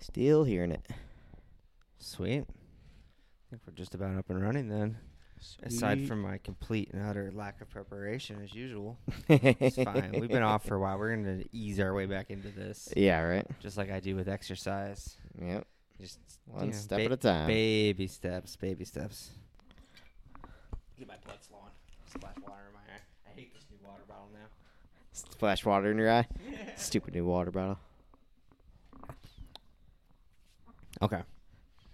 Still hearing it. Sweet. I think we're just about up and running then. Aside from my complete and utter lack of preparation as usual. It's fine. We've been off for a while. We're gonna ease our way back into this. Yeah, right. Just like I do with exercise. Yep. Just you One know, step ba- at a time. Baby steps, baby steps. Get my blood flowing. Splash water in my eye. I hate this new water bottle now. Splash water in your eye. Stupid new water bottle. Okay.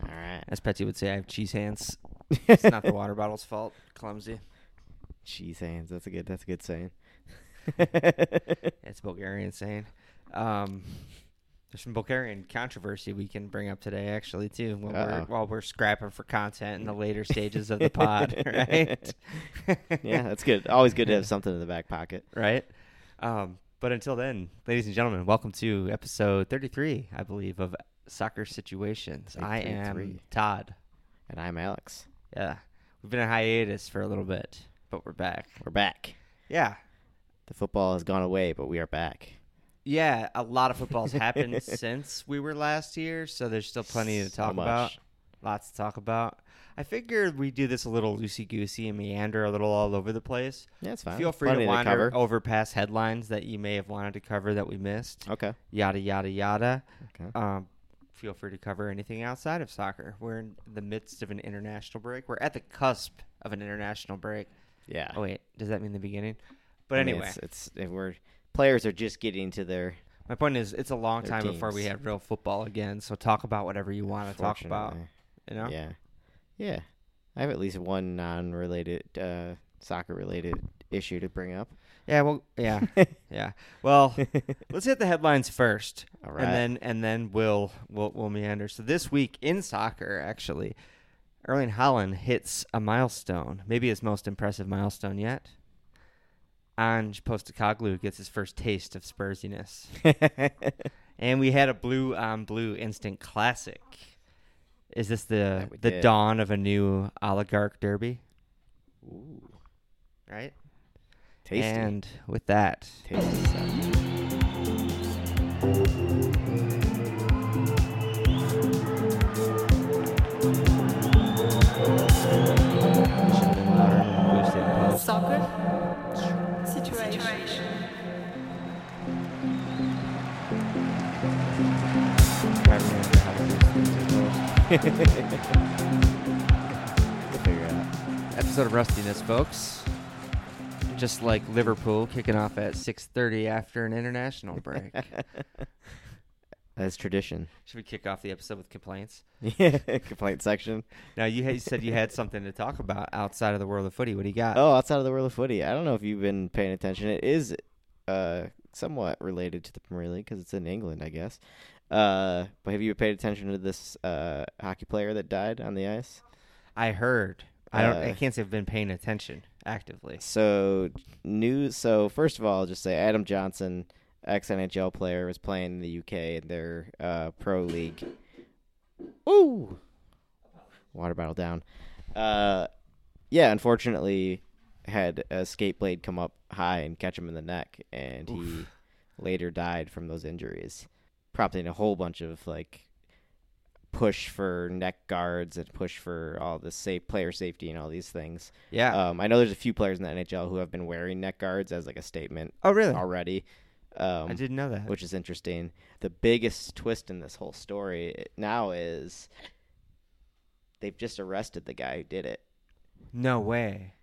All right. As Petsy would say, I have cheese hands. It's not the water bottle's fault. Clumsy. Cheese hands. That's a good. That's a good saying. It's Bulgarian saying. Um, there's some Bulgarian controversy we can bring up today, actually, too, while, Uh-oh. we're, while we're scrapping for content in the later stages of the pod, right? yeah, that's good. Always good to have something in the back pocket. right? Um, but until then, ladies and gentlemen, welcome to episode 33, I believe, of Soccer Situations. I am 33. Todd. And I'm Alex. Yeah. We've been on hiatus for a little bit, but we're back. We're back. Yeah. The football has gone away, but we are back. Yeah, a lot of football's happened since we were last here, so there's still plenty to So talk much. about. Lots to talk about. I figured we do this a little loosey goosey and meander a little all over the place. Yeah, it's fine. Feel free Plenty to wander cover. over past headlines that you may have wanted to cover that we missed. Okay. Yada yada yada. Okay. Um, feel free to cover anything outside of soccer. We're in the midst of an international break. We're at the cusp of an international break. Yeah. Oh wait, does that mean the beginning? But I mean, anyway, it's, it's if we're players are just getting to their my point is, it's a long Their time before we teams. have real football again. So talk about whatever you want to talk about. fortunately. You know, Yeah. Yeah. I have at least one non-related uh, soccer-related issue to bring up. yeah, well, yeah, yeah. Well, let's hit the headlines first, All right. and then and then we'll we'll we'll meander. So this week in soccer, actually, Erling Holland hits a milestone, maybe his most impressive milestone yet. Ange Postacoglu gets his first taste of Spursiness. And we had a blue on blue instant classic. Is this the That we the did. dawn of a new oligarch derby? Ooh, Right. tasty. And with that, tasty stuff. Soccer situation. We'll figure it out. episode of rustiness, folks. Just like Liverpool kicking off at 6:30 after an international break. That's tradition. Should we kick off the episode with complaints? Yeah. Complaint section. Now you, had, you said you had something to talk about outside of the world of footy. What do you got? Oh, outside of the world of footy, I don't know if you've been paying attention. It is uh, somewhat related to the Premier League because it's in England, I guess. Uh, but have you paid attention to this uh, hockey player that died on the ice? I heard. I don't. I Uh, can't say I've been paying attention actively. So news. So first of all, I'll just say Adam Johnson, ex NHL player, was playing in the UK in their uh, pro league. Ooh, water bottle down. Uh, yeah, unfortunately, had a skate blade come up high and catch him in the neck, and Oof. he later died from those injuries, prompting a whole bunch of like push for neck guards and push for all the safe player safety and all these things. Yeah. Um, I know there's a few players in the NHL who have been wearing neck guards as like a statement oh, really? already, um, I didn't know that. which is interesting. The biggest twist in this whole story eh, now is they've just arrested the guy who did it. no way.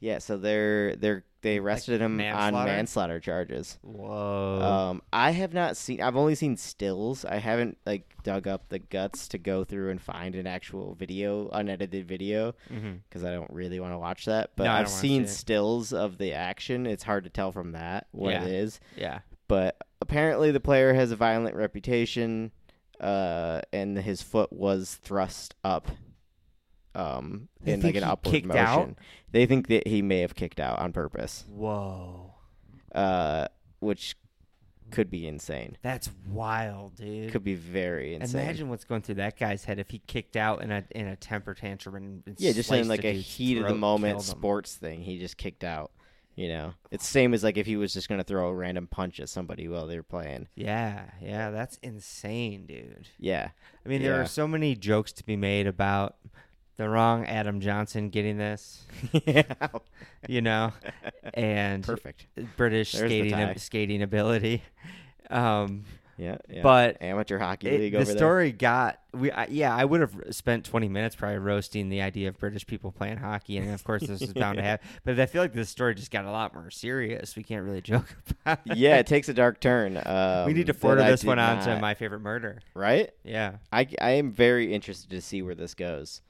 Yeah, so they're they're they arrested him on manslaughter? Oh. manslaughter charges. Whoa. Um, I have not seen. I've only seen stills. I haven't like dug up the guts to go through and find an actual video, unedited video. hmm because I don't really want to watch that. But No, I I've don't wanna seen see it. stills of the action. It's hard to tell from that what Yeah. it is. Yeah. But apparently, the player has a violent reputation, uh, and his foot was thrust up. Um, They in think like an he upward kicked motion, out? they think that he may have kicked out on purpose, Whoa. uh, which could be insane. That's wild, dude. Could be very insane. Imagine what's going through that guy's head if he kicked out in a in a temper tantrum and, and yeah, just in sliced like a dude's heat of throat the and moment killed him. sports thing, he just kicked out. You know, it's same as like if he was just gonna throw a random punch at somebody while they were playing. Yeah, yeah, that's insane, dude. Yeah, I mean, there Yeah. are so many jokes to be made about the wrong Adam Johnson getting this, you know, and perfect. British There's the skating tie. skating ability. Um, Yeah, yeah. but amateur hockey it- league the over story got we I, yeah i would have spent 20 minutes probably roasting the idea of british people playing hockey and of course this is bound to happen but i feel like this story just got a lot more serious we can't really joke about there. it. Yeah, it takes a dark turn. Um, we need to that forward I this did one on to not- my favorite murder right. yeah I, I am very interested to see where this goes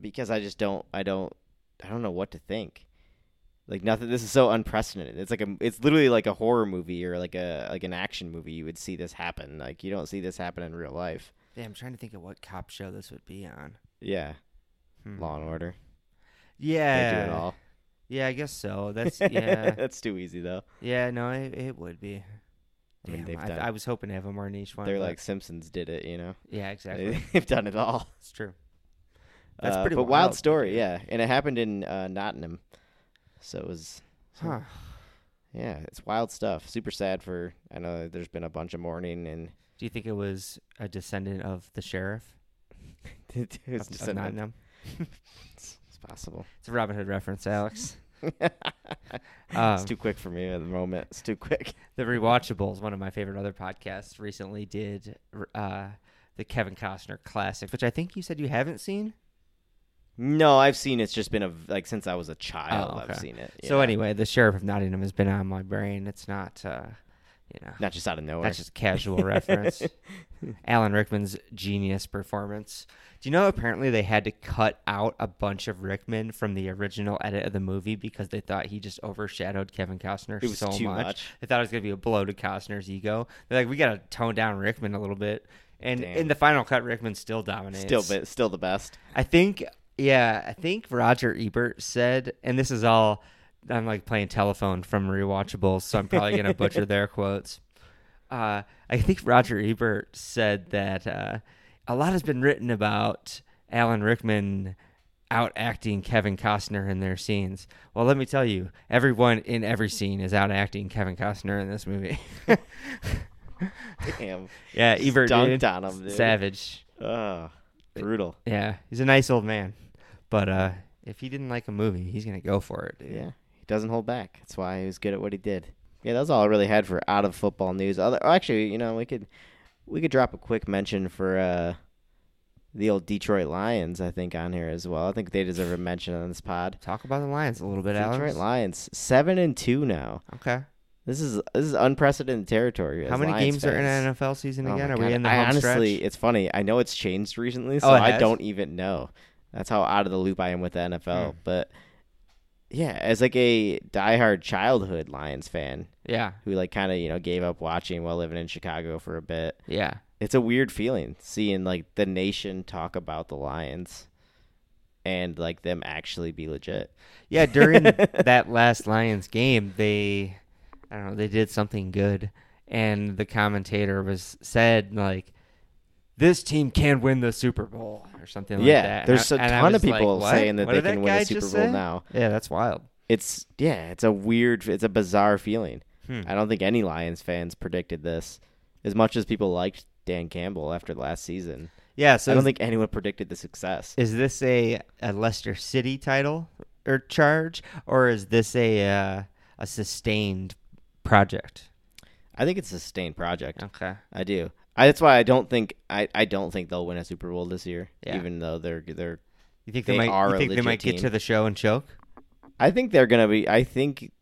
because I just don't I don't I don't know what to think. Like nothing this is so unprecedented. It's like a it's literally like a horror movie or like a like an action movie you would see this happen. Like you don't see this happen in real life. yeah i'm trying to think of what cop show this would be on Yeah. Hmm. Law and Order. yeah They do it all. yeah i guess so that's yeah That's too easy though. yeah no it, it would be I mean, Damn, they've I, done- I was hoping to have a more niche one They're but- like Simpsons did it, you know. yeah exactly They, have done it all. it's true That's Uh, pretty but wild, wild dude. story, yeah. And it happened in uh, Nottingham. So it was so- huh Yeah, it's wild stuff. Super sad for. I know that there's been a bunch of mourning and Do you think it was a descendant of the sheriff? it's, of, Oh. of just not- Nottingham? it's, it's possible. It's a Robin Hood reference, Alex. it's Um, too quick for me at the moment. It's too quick. the Rewatchables, one of my favorite other podcasts, recently did r- uh, the Kevin Costner classic, which I think you said you haven't seen. No, I've seen it's just been a like since I was a child. Oh, I've okay. seen it. you So know. anyway, the sheriff of Nottingham has been on my brain. It's not, uh, you know, not just out of nowhere. that's just a casual reference. Alan Rickman's genius performance. Do you know apparently they had to cut out a bunch of Rickman from the original edit of the movie because they thought he just overshadowed Kevin Costner It was so too much. much. They thought it was going to be a blow to Costner's ego. They're like, we got to tone down Rickman a little bit. And Damn. in the final cut, Rickman still dominates. still, but still the best. I think, yeah, I think Roger Ebert said, and this is all, I'm like playing telephone from Rewatchables, so I'm probably going to butcher their quotes. Uh, I think Roger Ebert said that uh, a lot has been written about Alan Rickman out acting Kevin Costner in their scenes. Well, let me tell you, everyone in every scene is out acting Kevin Costner in this movie. Damn. yeah, Ebert Dunked dude, on him, dude. savage. Oh, brutal. Yeah, he's a nice old man. But uh, if he didn't like a movie, he's gonna go for it, dude. Yeah, he doesn't hold back. That's why he was good at what he did. Yeah, that's all I really had for out of football news. Other, oh, actually, you know, we could we could drop a quick mention for uh, the old Detroit Lions. I think on here as well. I think they deserve a mention on this pod. Talk about the Lions a little bit, Alex. Detroit Lions seven and two now. Okay. This is this is unprecedented territory. How as many Lions games are in fans. an NFL season Oh my again? are God. we in the I home honestly, stretch? Oh, it's funny. I know it's changed recently, so it I has? don't even know. That's how out of the loop I am with the NFL. Hmm. But yeah, as like a diehard childhood Lions fan Yeah, who like kind of you know gave up watching while living in Chicago for a bit, yeah. it's a weird feeling seeing like the nation talk about the Lions and like them actually be legit. Yeah, during that last Lions game, they I don't know, they did something good and the commentator was said like this team can win the Super Bowl or something like yeah, that. And there's I- a and I ton of was like, people "What? saying that What they did can win guy the Super just Bowl say?" now. Yeah, that's wild. It's yeah, it's a weird, it's a bizarre feeling. Hmm. I don't think any Lions fans predicted this. As much as people liked Dan Campbell after last season, Yeah, so I don't is- think anyone predicted the success. is this a, a Leicester City title or charge, or is this a uh, a sustained project? I think it's a sustained project. Okay. I do. I, that's why I don't think I, I don't think they'll win a Super Bowl this year. Yeah. Even though they're they're You think they, They might? are you a think they legit might get team. to the show and choke? I think they're gonna be. I think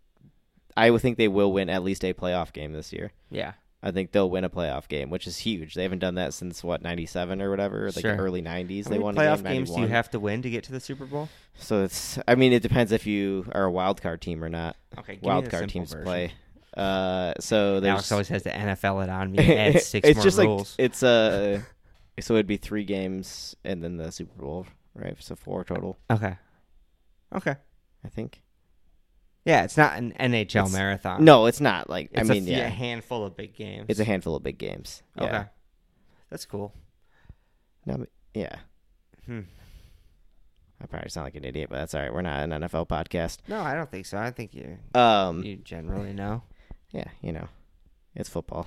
I would think they will win at least a playoff game this year. Yeah. I think they'll win a playoff game, which is huge. They haven't done that since what ninety seven or whatever, like Sure. early nineties. How They many won playoff a game, games do you 91. have to win to get to the Super Bowl? So it's. I mean, it depends if you are a wild card team or not. Okay. give me wild the card simple teams version. play. Uh, so there's Alex always has to NFL it on me. and Add six it's more just rules. like it's uh, so it'd be three games and then the Super Bowl, right? So four total, okay. Okay. I think. Yeah, it's not an NHL It's- marathon. No, it's not like Uh, It's I a mean, few- a yeah, handful of big games. it's a handful of big games. Yeah. okay. That's cool. No, I mean- yeah. Hmm. I probably sound like an idiot, but that's all right. We're not an NFL podcast. No, I don't think so. I think you Um, you generally know. yeah, you know, it's football.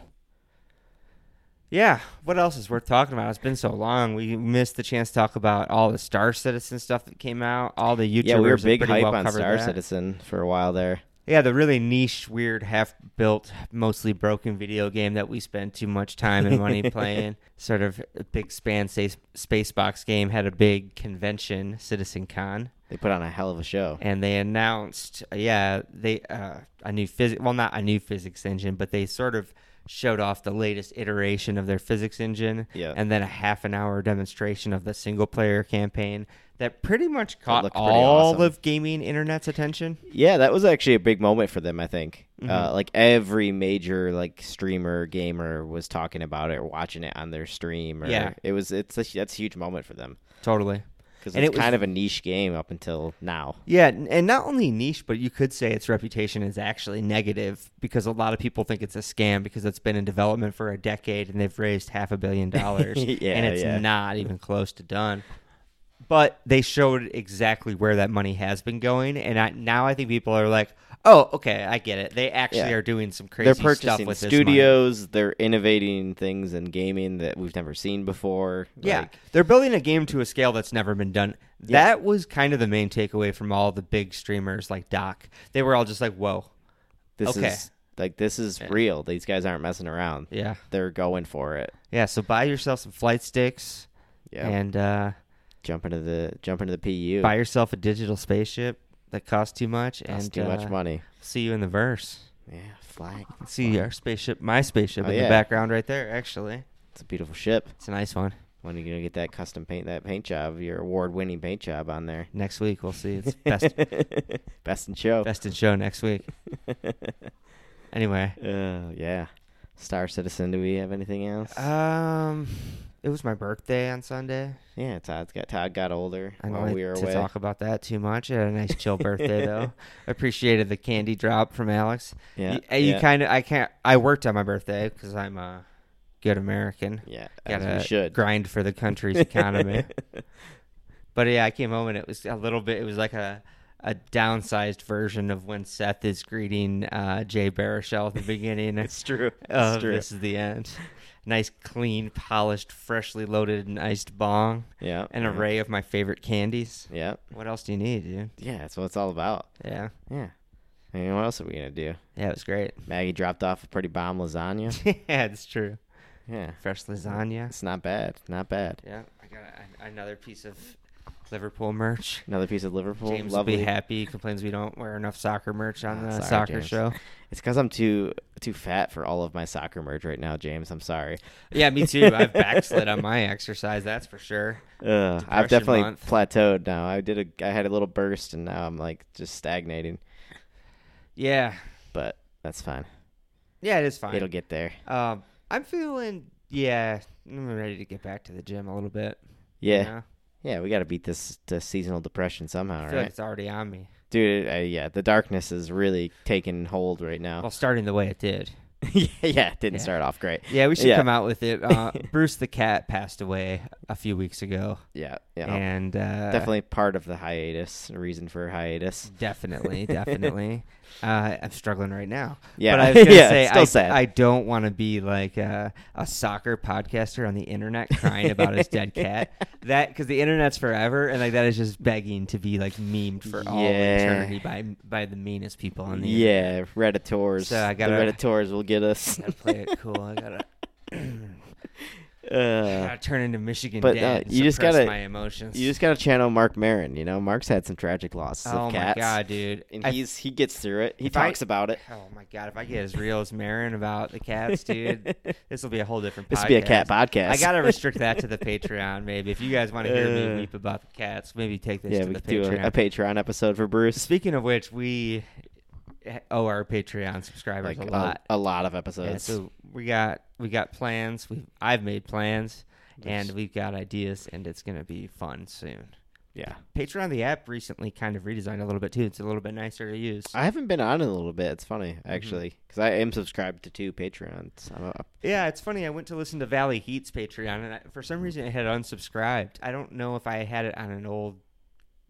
Yeah. What else is worth talking about? It's been so long. We missed the chance to talk about all the Star Citizen stuff that came out. All the YouTubers. yeah, we were have big pretty hype well on covered Star that. Citizen for a while there. Yeah, the really niche, weird, half-built, mostly broken video game that we spend too much time and money playing. Sort of a big span space, space box game had a big convention, Citizen Con, They put on a hell of a show. and they announced, yeah, they uh, a new physics, well, not a new physics engine, but they sort of showed off the latest iteration of their physics engine, Yeah. and then a half an hour demonstration of the single-player campaign that pretty much caught looked pretty all awesome. of gaming internet's attention. Yeah, that was actually a big moment for them. I think Mm-hmm. uh, like every major like streamer gamer was talking about it or watching it on their stream. Or Yeah. it was it's a, that's a huge moment for them Totally. because And it's it was- kind of a niche game up until now. Yeah, n- and not only niche, but you could say its reputation is actually negative because a lot of people think it's a scam because it's been in development for a decade and they've raised half a billion dollars Yeah, and it's yeah. not even close to done. But they showed exactly where that money has been going, and I, now I think people are like, "Oh, okay, I get it. They actually Yeah. are doing some crazy They're stuff purchasing with this money." studios. They're innovating things in gaming that we've never seen before. Yeah, Like, they're building a game to a scale that's never been done. That was kind of the main takeaway from all the big streamers like Doc. They were all just like, "Whoa, this Okay. is like this is real. These guys aren't messing around. yeah." They're going for it. Yeah, so buy yourself some flight sticks Yeah, and uh, jump into the jump into the PU. buy yourself a digital spaceship that costs too much That's and too much uh, money. See you in the verse. Yeah, flag. See our spaceship, my spaceship Oh, in yeah. the background right there. Actually, It's a beautiful ship. it's a nice one. When are you gonna get that custom paint, that paint job, your award-winning paint job on there? Next week we'll see. It's best Best in show. best in show next week. Anyway, Uh, yeah. Star Citizen. Do we have anything else? um, it was my birthday on Sunday. yeah, Todd's got Todd got older I don't while like we were to away. talk about that too much. I had a nice chill birthday though. Appreciated the candy drop from Alex. Yeah, you, and you yeah. kind of I can't. I worked on my birthday because I'm a good American. Yeah, as Gotta we should. grind for the country's economy. but yeah, I came home and it was a little bit. It was like a a downsized version of when Seth is greeting uh, Jay Baruchel at the beginning. it's true. of it's true. Oh, this is the end. Nice, clean, polished, freshly loaded and iced bong. yeah. An yeah. array of my favorite candies. Yeah. What else do you need, dude? Yeah, that's what it's all about. Yeah. Yeah. I mean, what else are we gonna do? Yeah, it was great. Maggie dropped off a pretty bomb lasagna. yeah, it's true. yeah. Fresh lasagna. It's not bad. Not bad. Yeah, I got a, another piece of Liverpool merch. Another piece of Liverpool. James Lovely. will be happy. He complains we don't wear enough soccer merch on Ah, the sorry, soccer James. show. It's because I'm too too fat for all of my soccer merch right now, James. I'm sorry. Yeah, me too. I've backslid on my exercise, that's for sure. Ugh, I've Depression definitely month. plateaued now. I did a I had a little burst and now I'm like just stagnating. Yeah, But that's fine. yeah, it is fine. It'll get there. um, I'm feeling, yeah, I'm ready to get back to the gym a little bit. you Yeah, know? yeah. We got to beat this, this seasonal depression somehow, I right, feel like it's already on me. dude? I, yeah, the darkness is really taking hold right now. Well, starting the way it did. yeah, yeah, it didn't Yeah. start off great. Yeah, we should Yeah. come out with it. Uh, Bruce the cat passed away a few weeks ago, Yeah, yeah. and uh, definitely part of the hiatus. Reason for hiatus. Definitely, definitely. uh, I'm struggling right now. Yeah, but I was gonna yeah, say still I, sad. I don't want to be like a, a soccer podcaster on the internet crying about his dead cat. That because the internet's forever, and like that is just begging to be like memed for all Yeah. eternity by by the meanest people on the internet. Yeah, redditors. So I the gotta- redditors will get us. Gotta play it cool. I gotta, Uh, gotta turn into Michigan but, Dad. uh, and you just suppress gotta- my emotions. Uh, you just gotta channel Mark Marin. You know, Mark's had some tragic losses oh of cats. my god, dude! and I he's he gets through it. He If I- talks about it. Oh my god, if I get as real as Marin about the cats, dude, this will be a whole different podcast. This would be a cat podcast. I gotta restrict that to the Patreon, maybe. If you guys want to hear Uh, me weep about the cats, maybe take this yeah, to we the could do Patreon. a, a Patreon episode for Bruce. Speaking of which, we owe our Patreon subscribers Like a lot. a, lot of Yeah, episodes. so we got we got plans. We I've made plans, and we've got ideas, and it's gonna be fun soon. yeah. Patreon, the app, recently kind of redesigned a little bit too. It's a little bit nicer to use. I haven't been on in a little bit. It's funny Mm-hmm. actually because I am subscribed to two Patreons. I'm a- Yeah, it's funny. I went to listen to Valley Heat's Patreon, and I, for some reason, it had unsubscribed. I don't know if I had it on an old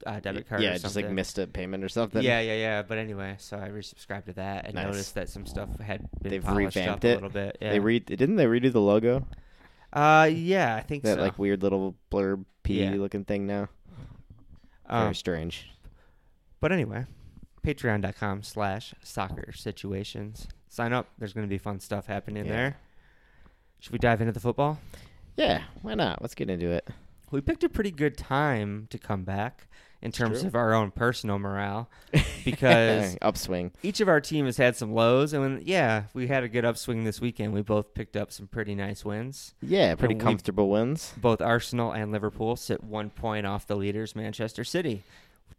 uh, debit card. yeah, or just like something. missed a payment or something. Yeah, yeah, yeah. But anyway, so I resubscribed to that and Nice. noticed that some stuff had been They've polished revamped up it. a little bit. Yeah. They re didn't they redo the logo? uh, yeah, I think That so. like weird little blurb P Yeah. looking thing now. Very um, strange. but anyway, patreon.com slash soccer situations. Sign up. There's going to be fun stuff happening Yeah. there. Should we dive into the football? Yeah, why not? Let's get into it. We picked a pretty good time to come back in terms true. of our own personal morale because upswing. each of our team has had some lows. And when, yeah, we had a good upswing this weekend. We both picked up some pretty nice wins. Yeah, pretty we- comfortable wins. Both Arsenal and Liverpool sit one point off the leaders, Manchester City.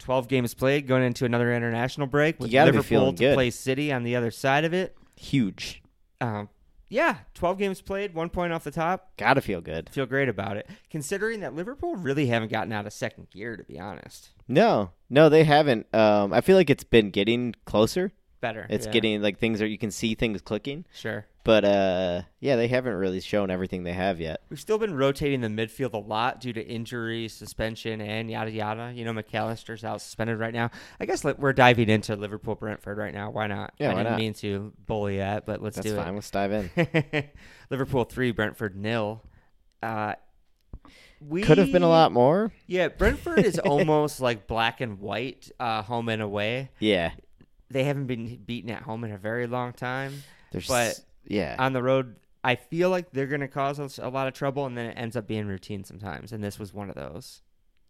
12 games played, going into another international break with You gotta be Liverpool feeling to good. play City on the other side of it. Huge. Um, yeah, 12 games played, one point off the top. Gotta feel good. Feel great about it, considering that Liverpool really haven't gotten out of second gear, to be honest. No, no, they haven't. Um, I feel like it's been getting closer. Better. It's yeah. getting like things are you can see things clicking, Sure. but uh, yeah, they haven't really shown everything they have yet. We've still been rotating the midfield a lot due to injury, suspension, and yada yada. You know, McAllister's out suspended right now. I guess like, we're diving into Liverpool Brentford right now. Why not? Yeah, I why didn't not? mean to bully that, but let's That's do fine. Let's dive in. it. Liverpool three, Brentford nil. Uh, we Could have been a lot more. Yeah, Brentford is almost like black and white, uh, home and away. Yeah, They haven't been beaten at home in a very long time there's But- yeah, on the road, I feel like they're going to cause us a lot of trouble, and then it ends up being routine sometimes. And this was one of those.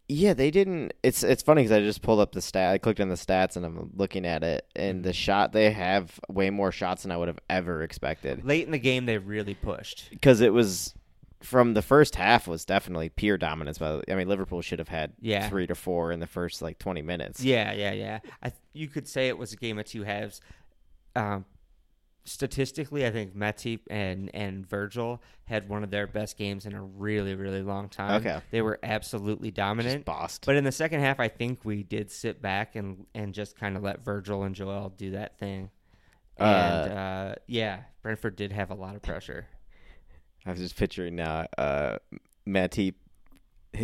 Yeah, they didn't. It's it's funny because I just pulled up the stat. I clicked on the stats and I'm looking at it, and Mm. the shot they have way more shots than I would have ever expected. Late in the game, they really pushed. Because it was from the first half was definitely pure dominance. By the- I mean, Liverpool should have had Yeah. three to four in the first like 20 minutes. Yeah, yeah, yeah. I th- you could say it was a game of two halves. Um, statistically, I think Matip and and Virgil had one of their best games in a really, really long time. Okay. they were absolutely just dominant. bossed. But in the second half, I think we did sit back and and just kind of let Virgil and Joel do that thing. And uh, yeah, Brentford did have a lot of pressure. I was just picturing now, uh, Matip.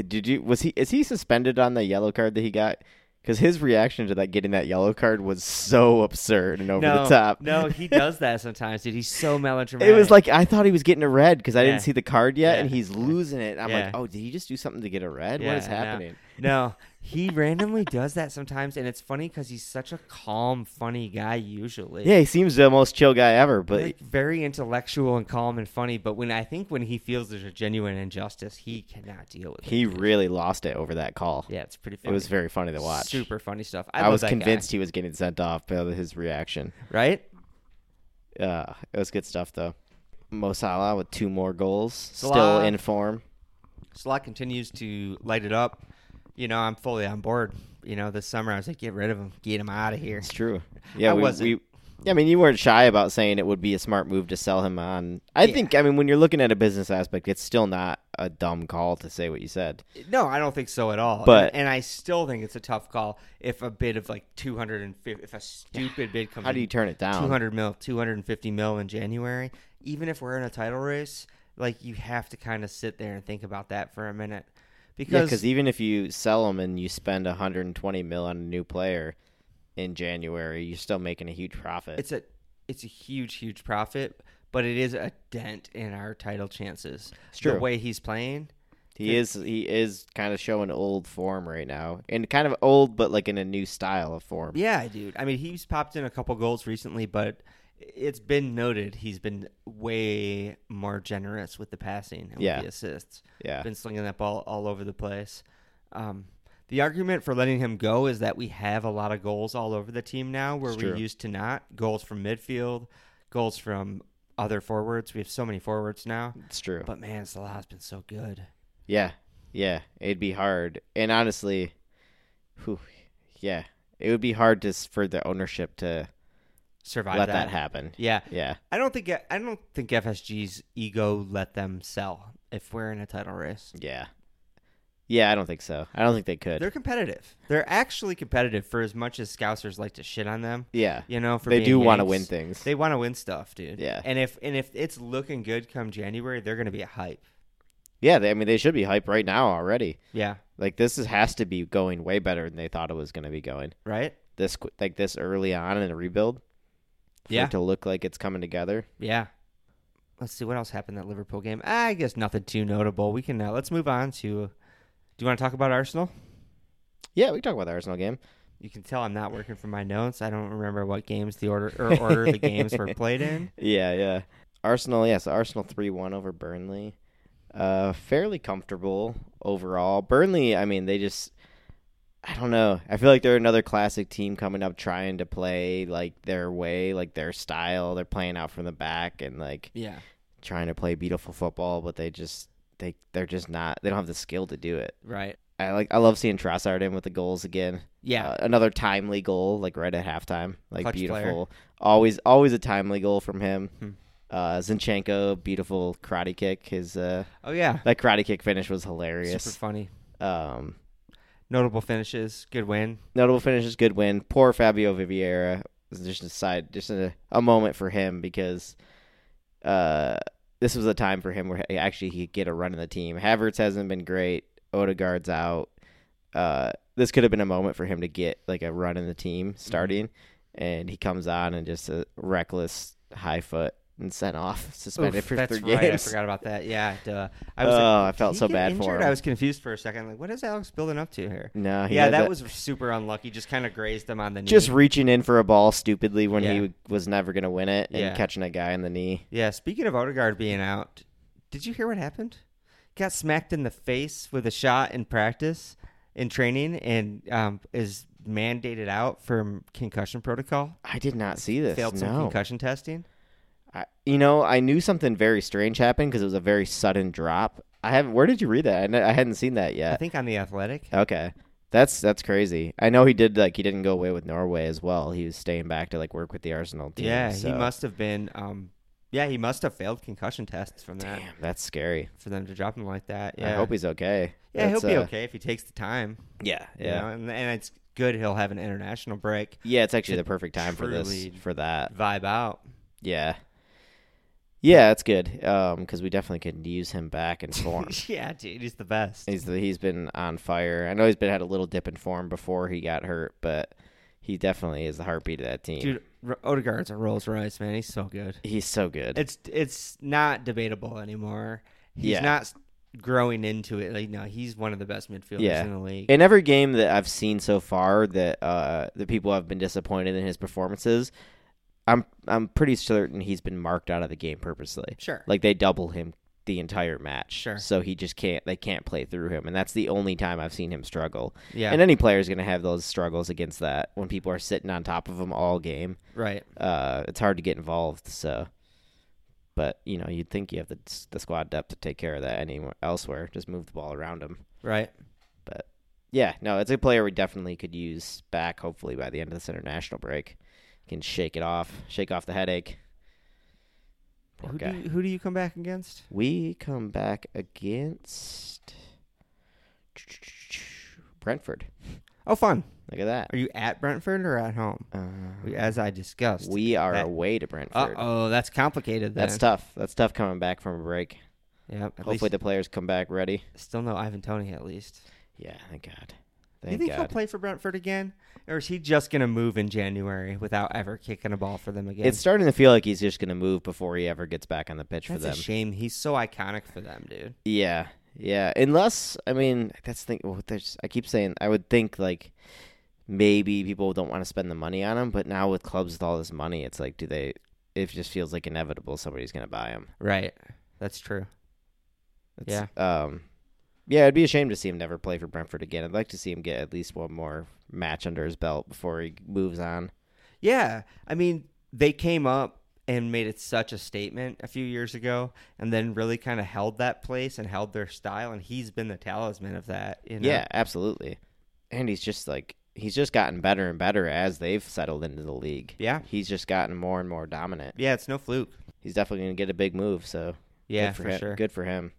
Did you was he is he suspended on the yellow card that he got? Because his reaction to that getting that yellow card was so absurd and over no, the top. no, he does that sometimes, dude. He's so melodramatic. It was like I thought he was getting a red because I Yeah. didn't see the card yet, Yeah. and he's losing it. I'm Yeah. like, oh, did he just do something to get a red? what is Yeah, no. happening? no, he randomly does that sometimes, and it's funny because he's such a calm, funny guy usually. Yeah, he seems the most chill guy ever, but Like, very intellectual and calm and funny, but when I think when he feels there's a genuine injustice, he cannot deal with it. he really lost it over that call. Yeah, it's pretty. It funny. was very funny to watch. Super funny stuff. I, I, love was that guy, convinced he was getting sent off by his reaction. right? Uh, it was good stuff though. Mo Salah with two more goals, still Salah. in form. Slot continues to light it up. You know, I'm fully on board. You know, this summer I was like, get rid of him, get him out of here. It's true. Yeah, I we, wasn't. we- yeah, I mean, you weren't shy about saying it would be a smart move to sell him on. I Yeah. think, I mean, when you're looking at a business aspect, it's still not a dumb call to say what you said. No, I don't think so at all. But- and, and I still think it's a tough call if a bid of like 250, if a stupid bid comes. How do you turn it down? 200 mil, 250 mil in January? Even if we're in a title race, like you have to kind of sit there and think about that for a minute Yeah, because because even if you sell him and you spend 120 mil on a new player in January, you're still making a huge profit. it's a it's a huge huge profit, but it is a dent in our title chances. The true. way he's playing, he is he is kind of showing old form right now, and kind of old, but like in a new style of form. Yeah, dude. I mean, he's popped in a couple goals recently, but it's been noted he's been way more generous with the passing and with Yeah. the assists. Yeah. Been slinging that ball all over the place. Um, the argument for letting him go is that we have a lot of goals all over the team now where It's we true. used to not. Goals from midfield, goals from other forwards. We have so many forwards now. It's true. But man, Salah's been so good. Yeah, yeah, it'd be hard, and honestly, whew, yeah, it would be hard to s- for the ownership to Survive let that happen. Yeah. Yeah, I don't think I don't think FSG's ego let them sell if we're in a title race. yeah, yeah. I don't think so. I don't think they could. They're competitive. They're actually competitive for as much as Scousers like to shit on them. yeah, You know, for they being do want to Yanks. win things. They want to win stuff, dude. Yeah. And if and if it's looking good come January, they're going to be a hype. Yeah, they, I mean they should be hype right now already. Yeah. Like this is, has to be going way better than they thought it was going to be going. Right. This qu- like this early on in a rebuild. for it Yeah. to look like it's coming together. Yeah. Let's see what else happened in that Liverpool game. Ah, I guess nothing too notable. We can uh, let's move on to. Do you want to talk about Arsenal? Yeah, we can talk about the Arsenal game. You can tell I'm not working from my notes. I don't remember what games the order or order the games were played in. Yeah, yeah. Arsenal, yes, Arsenal 3 1 over Burnley. Uh, fairly comfortable overall. Burnley, I mean, they just, I don't know. I feel like they're another classic team coming up trying to play like their way, like their style. They're playing out from the back and like Yeah. trying to play beautiful football, but they just, they, they're just not, they don't have the skill to do it. Right. I like, I love seeing Trossard in with the goals again. Yeah. Uh, another timely goal, like right at halftime, like Clutch player. beautiful. Always, always a timely goal from him. Hmm. Uh, Zinchenko, beautiful karate kick. His uh, oh yeah. that karate kick finish was Super hilarious. funny. Um, Notable finishes. Good win. notable finishes, good win. Poor Fabio Viviera. This is Just a side, just a, a moment for him because uh, this was a time for him where he- actually he could get a run in the team. Havertz hasn't been great. Odegaard's out. Uh, this could have been a moment for him to get like a run in the team Mm-hmm. starting, and he comes on and just a reckless high foot and sent off, suspended Oof, for that's three right. games. I forgot about that. Yeah. Duh. I was. oh, like, I "Did felt he so get bad injured? for him. I was confused for a second. Like, what is Alex building up to here? no, he yeah, had that the- was super unlucky. Just kind of grazed him on the knee. just reaching in for a ball stupidly when Mm-hmm. Yeah. he was never going to win it and Yeah. catching a guy in the knee. Yeah, speaking of Odegaard being out, did you hear what happened? Got smacked in the face with a shot in practice, in training, and um, is mandated out from concussion protocol. I did not see this. Failed some no. concussion testing. I, you know, I knew something very strange happened because it was a very sudden drop. I haven't. Where did you read that? I, kn- I hadn't seen that I yet. think on the athletic. okay, that's that's crazy. I know he did like he didn't go away with Norway as well. He was staying back to like work with the Arsenal team. yeah, so- he must have been. Um, yeah, he must have failed concussion tests from that Damn, that's scary. for them to drop him like that. Yeah, I hope he's okay. yeah, he'll That's, be uh, okay if he takes the time. Yeah, you yeah, know, and, and it's good he'll have an international break, yeah. It's actually To the perfect time for this truly- for that. vibe out. Yeah. Yeah, that's good. Um, because we definitely could use him back in form. yeah, dude, he's the best. he's the, he's been on fire. I know he's been had a little dip in form before he got hurt, but he definitely is the heartbeat of that team. Dude, R- Odegaard's a Rolls Royce, man. He's so good. he's so good. It's it's not debatable anymore. He's Yeah. not s- growing into it. Like no, he's one of the best midfielders Yeah. in the league. in every game that I've seen so far, that uh, the people have been disappointed in his performances. I'm I'm pretty certain he's been marked out of the game purposely. sure. Like they double him the entire match, Sure. so he just can't. They can't play through him, and that's the only time I've seen him struggle. yeah. And any player is going to have those struggles against that when people are sitting on top of them all game. right. Uh, it's hard to get involved. So, but you know, you'd think you have the the squad depth to take care of that anywhere elsewhere. Just move the ball around him. Right. But yeah, no, it's a player we definitely could use back. Hopefully by the end of this international break, can shake it off, shake off the headache. Poor Who guy. do you, who do you come back against? We come back against Brentford. Oh, fun. Look at that. Are you at Brentford or at home? Uh, We- As I discussed. We are That- away to Uh Brentford. oh, that's complicated. Then. That's tough. That's tough coming back from a break. Yeah. At Hopefully the players come back ready. least, still no Ivan Tony at least. Yeah, thank God. Do you Thank think he'll God. play for Brentford again, or is he just gonna move in January without ever kicking a ball for them again? It's starting to feel like he's just going to move before he ever gets back on the pitch That's for them. a shame. He's so iconic for them, dude. Yeah, yeah. Unless I mean, that's the thing. Well, there's, I keep saying I would think like maybe people don't want to spend the money on him, but now with clubs with all this money, it's like, do they? It just feels like inevitable somebody's going to buy him. Right. That's true. It's, yeah. Um. Yeah, it'd be a shame to see him never play for Brentford again. I'd like to see him get at least one more match under his belt before he moves on. Yeah. I mean, they came up and made it such a statement a few years ago and then really kind of held that place and held their style and he's been the talisman of that, you know. Yeah, absolutely. And he's just like he's just gotten better and better as they've settled into the league. Yeah. He's just gotten more and more dominant. Yeah, it's no fluke. He's definitely going to get a big move, so Yeah, good for, for, him. sure. Good for him.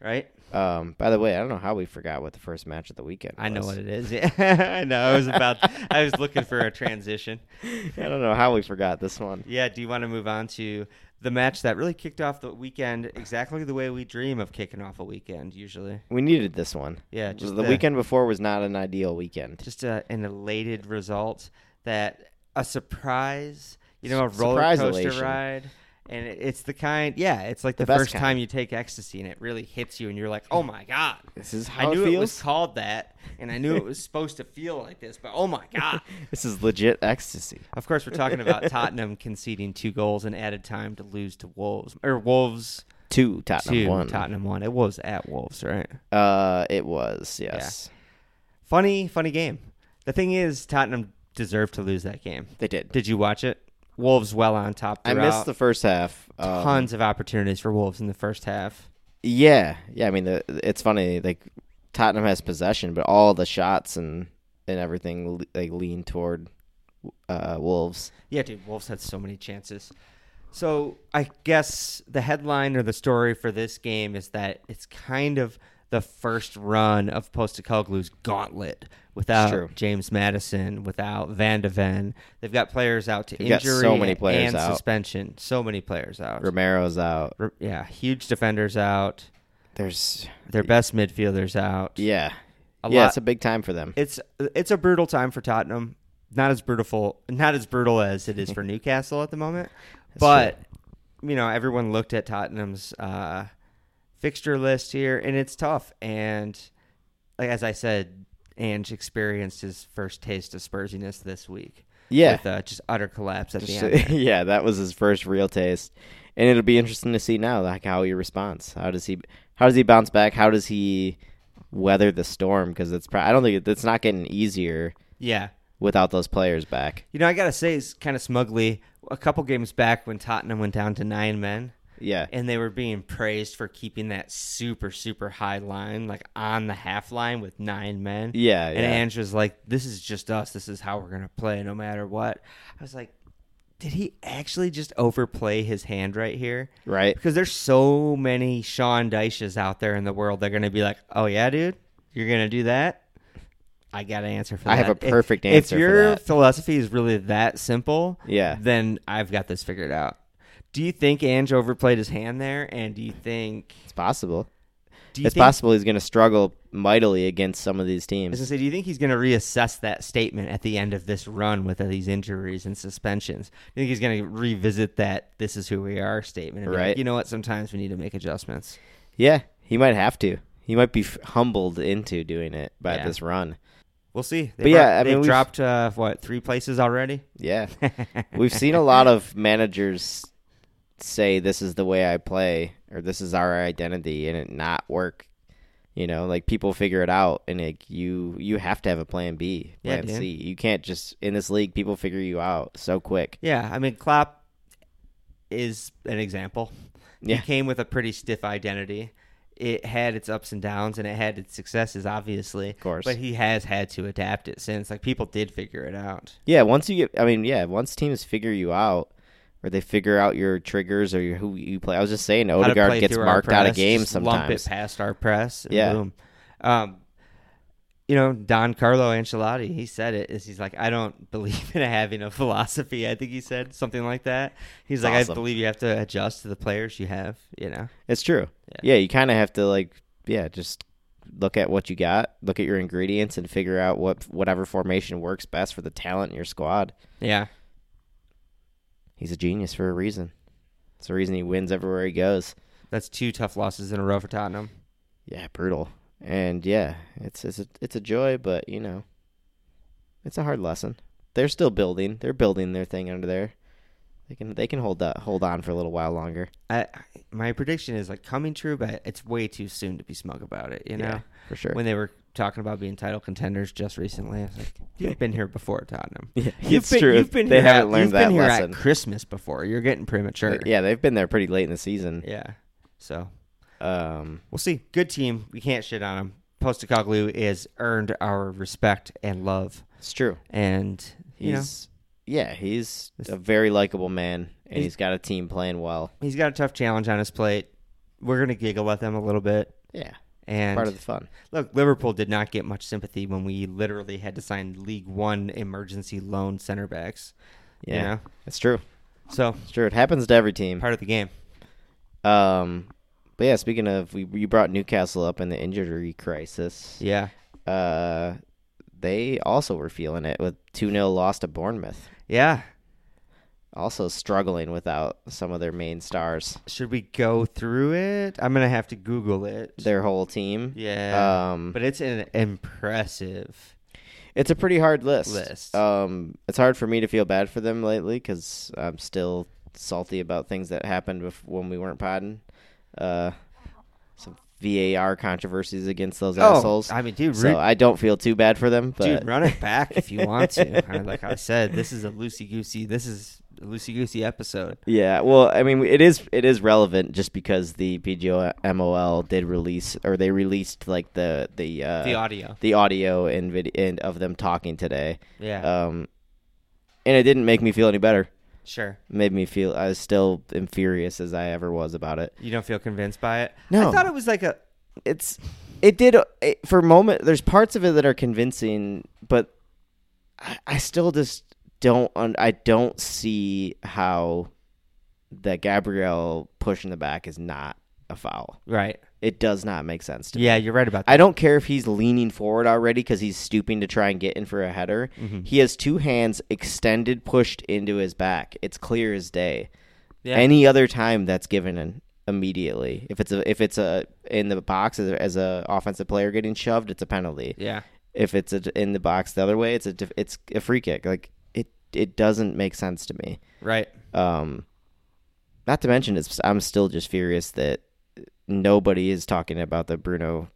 Right? Um, by the way, I don't know how we forgot what the first match of the weekend. I know was. what it is. Yeah. I know. I was about I was looking for a transition. I don't know how we forgot this one. Yeah, do you want to move on to the match that really kicked off the weekend exactly the way we dream of kicking off a weekend usually. We needed this one. Yeah, Just just the a- weekend before was not an ideal weekend. Just a, an elated result that a surprise, you know, a S- roller surprise coaster elation. ride. And it, it's the kind, yeah, it's like the, best first kind. time you take ecstasy and it really hits you and you're like, oh my God. This is I how knew it it, feels. was called that and I knew it was supposed to feel like this, but oh my God. this is legit ecstasy. Of course, we're talking about Tottenham conceding two goals in added time to lose to Wolves. Or Wolves Two Tottenham two, one. Tottenham one. It was at Wolves, right? Uh, it was yes. Funny, funny game. The thing is, Tottenham deserved to lose that game. They did. Did you watch it? Wolves well on top. I throughout. missed the first half. Um, tons of opportunities for Wolves in the first half. Yeah, yeah. I mean, the, it's funny. Like Tottenham has possession, but all the shots and and everything le- like lean toward uh, Wolves. Yeah, dude, Wolves had so many chances. So I guess the headline or the story for this game is that it's kind of the first run of Postacoglu's gauntlet true. without James Madison, without Van de Ven. They've got players out to They've got so injury many players and out. suspension. So many players out. Romero's out. R- yeah, huge defenders out. There's Their best midfielders out. yeah, A yeah. lot- It's a big time for them. It's it's a brutal time for Tottenham. Not as brutal, not as brutal as it is for Newcastle at the moment. but you know, everyone looked at Tottenham's uh, fixture list here, and it's tough. And like as I said, Ange experienced his first taste of Spursiness this week. Yeah. with uh, just utter collapse at Just- the end. yeah, that was his first real taste, and it'll be interesting to see now like how he responds. How does he? How does he bounce back? How does he weather the storm? Because it's pro- I don't think it- it's not getting easier yeah, without those players back. you know, I gotta say, it's kind of smugly. A couple games back, when Tottenham went down to nine men, Yeah, and they were being praised for keeping that super super high line like on the half line with nine men yeah, and yeah. Ange was like this is just us this is how we're gonna play no matter what i was like did he actually just overplay his hand right here right. because there's so many sean dyches out there in the world they're gonna be like oh yeah dude you're gonna do that i got an answer for that I have a If- perfect if, answer for your that. philosophy is really that simple Yeah. then I've got this figured out. Do you think Ange overplayed his hand there? And do you think It's possible. do you It's think, possible he's going to struggle mightily against some of these I was teams. gonna say, do you think he's gonna reassess that statement at the end of this run with all these injuries and suspensions? Do you think he's gonna revisit that "this is who we are" statement? and be like, Right. you know what? Sometimes we need to make adjustments. Yeah, he might have to. He might be f- humbled into doing it by Yeah. this run. We'll see. They But yeah, I they mean, we've- dropped uh, what three places already? Yeah. We've seen a lot of managers say this is the way I play or this is our identity and it not work. You know, like people figure it out and like you you have to have a plan B, Yeah, plan dude. C. You can't just in this league people figure you out so quick. Yeah, I mean, Klopp is an example. Yeah. He came with a pretty stiff identity. It had its ups and downs, and it had its successes, obviously. Of course. but he has had to adapt it since. Like people did figure it out. Yeah, once you get, I mean, yeah, once teams figure you out, or they figure out your triggers or your, who you play. I was just saying, How to Odegaard play gets through our marked out of press, games just Lump it sometimes. past our press. And Yeah. Boom. Um, you know, Don Carlo Ancelotti, he said it is he's like, I don't believe in having a philosophy. I think he said something like that. He's like, Awesome. I believe you have to adjust to the players you have. You know. It's true. Yeah, you kind of have to like, yeah, just look at what you got, look at your ingredients, and figure out what whatever formation works best for the talent in your squad. Yeah. He's a genius for a reason. It's the reason he wins everywhere he goes. That's two tough losses in a row for Tottenham. Yeah, brutal. And yeah, it's it's a, it's a joy, but you know, it's a hard lesson. They're still building. They're building their thing under there. They can they can hold that hold on for a little while longer. I, my prediction is like coming true, but it's way too soon to be smug about it. You know, Yeah, for sure. when they were talking about being title contenders just recently, I was like, "You've been here before, Tottenham. Yeah, You've it's been, true. You've been They here haven't at- learned you've that been here lesson. at Christmas before. You're getting premature. yeah, they've been there pretty late in the season. yeah. So Um, we'll see. Good team. We can't shit on them. Postacoglu is earned our respect and love, it's true. and you know He's yeah, he's a very likable man, and he's got a team playing well. he's got a tough challenge on his plate. We're gonna giggle at them a little bit, Yeah, and part of the fun. Look, Liverpool did not get much sympathy when we literally had to sign League One emergency loan center backs. Yeah, You know? it's true. So Sure, it happens to every team. part of the game. Um, but yeah, speaking of, we you brought Newcastle up in the injury crisis. Yeah. Uh, they also were feeling it with two 0 loss to Bournemouth. Yeah. Also struggling without some of their main stars, Should we go through it? I'm gonna have to Google it. their whole team. yeah. Um, but it's an impressive. It's a pretty hard list. List. Um, it's hard for me to feel bad for them lately because I'm still salty about things that happened bef- when we weren't podding. Uh, some VAR controversies against those assholes. Oh, I mean, dude, so root- I don't feel too bad for them. But Dude, run it back if you want to. I mean, like I said, this is a loosey goosey. This is a loosey goosey episode. Yeah, well, I mean, it is it is relevant just because the PGO MOL did release or they released like the the uh, the audio, the audio and video and of them talking today. yeah, Um, and it didn't make me feel any better. sure. made me feel I was still am furious as I ever was about it. You don't feel convinced by it. No. I thought it was like a It's it did it, for a moment. There's parts of it that are convincing, but I, I still just don't. Un, I don't see how the Gabrielle push in the back is not a foul. right. It does not make sense to me. Yeah, you're right about that. I don't care if he's leaning forward already because he's stooping to try and get in for a header. Mhm. He has two hands extended, pushed into his back. It's clear as day. Yeah. Any other time that's given an immediately. If it's a if it's a in the box as a, as a offensive player getting shoved, it's a penalty. yeah, If it's a, in the box the other way, it's a def- it's a free kick. Like it it doesn't make sense to me. right. Um, not to mention, it's I'm still just furious that nobody is talking about the Bruno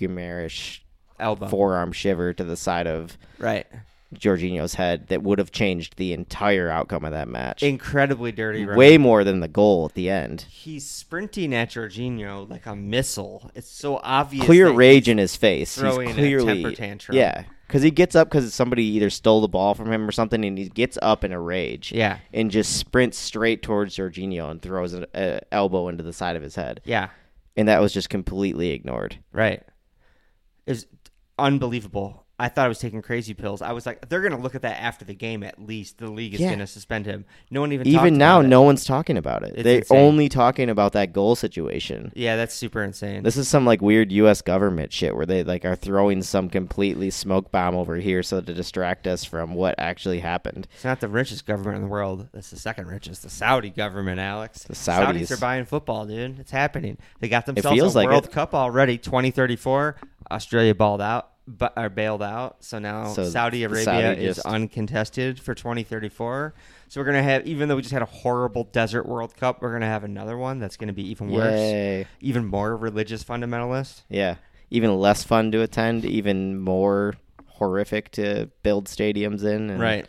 Guimaraes Elbow. forearm shiver to the side of Right. Jorginho's head that would have changed the entire outcome of that match. Incredibly dirty. Run. Way more than the goal at the end. He's sprinting at Jorginho like a missile. It's so obvious. Clear that rage in his face. He's throwing a clearly temper tantrum. Yeah, because he gets up because somebody either stole the ball from him or something, and he gets up in a rage. Yeah. and just sprints straight towards Jorginho and throws an uh, elbow into the side of his head. Yeah. and that was just completely ignored. Right. It's unbelievable. I thought I was taking crazy pills. I was like, they're going to look at that after the game at least. The league is Yeah. going to suspend him. No one even talked Even now, about it. no one's talking about it. It's They're insane. only talking about that goal situation. Yeah, that's super insane. This is some like weird U.S. government shit where they like are throwing some completely smoke bomb over here so to distract us from what actually happened. it's not the richest government in the world. It's the second richest, the Saudi government, Alex. The Saudis. are buying football, dude. It's happening. They got themselves feels a like World it. Cup already. 2034, Australia balled out, but are bailed out. So now So Saudi Saudi Arabia is just- uncontested for 2034. So we're gonna have, even though we just had a horrible desert World Cup, we're gonna have another one that's gonna be even worse. Yay! even more religious fundamentalist. Yeah, even less fun to attend, even more horrific to build stadiums in. And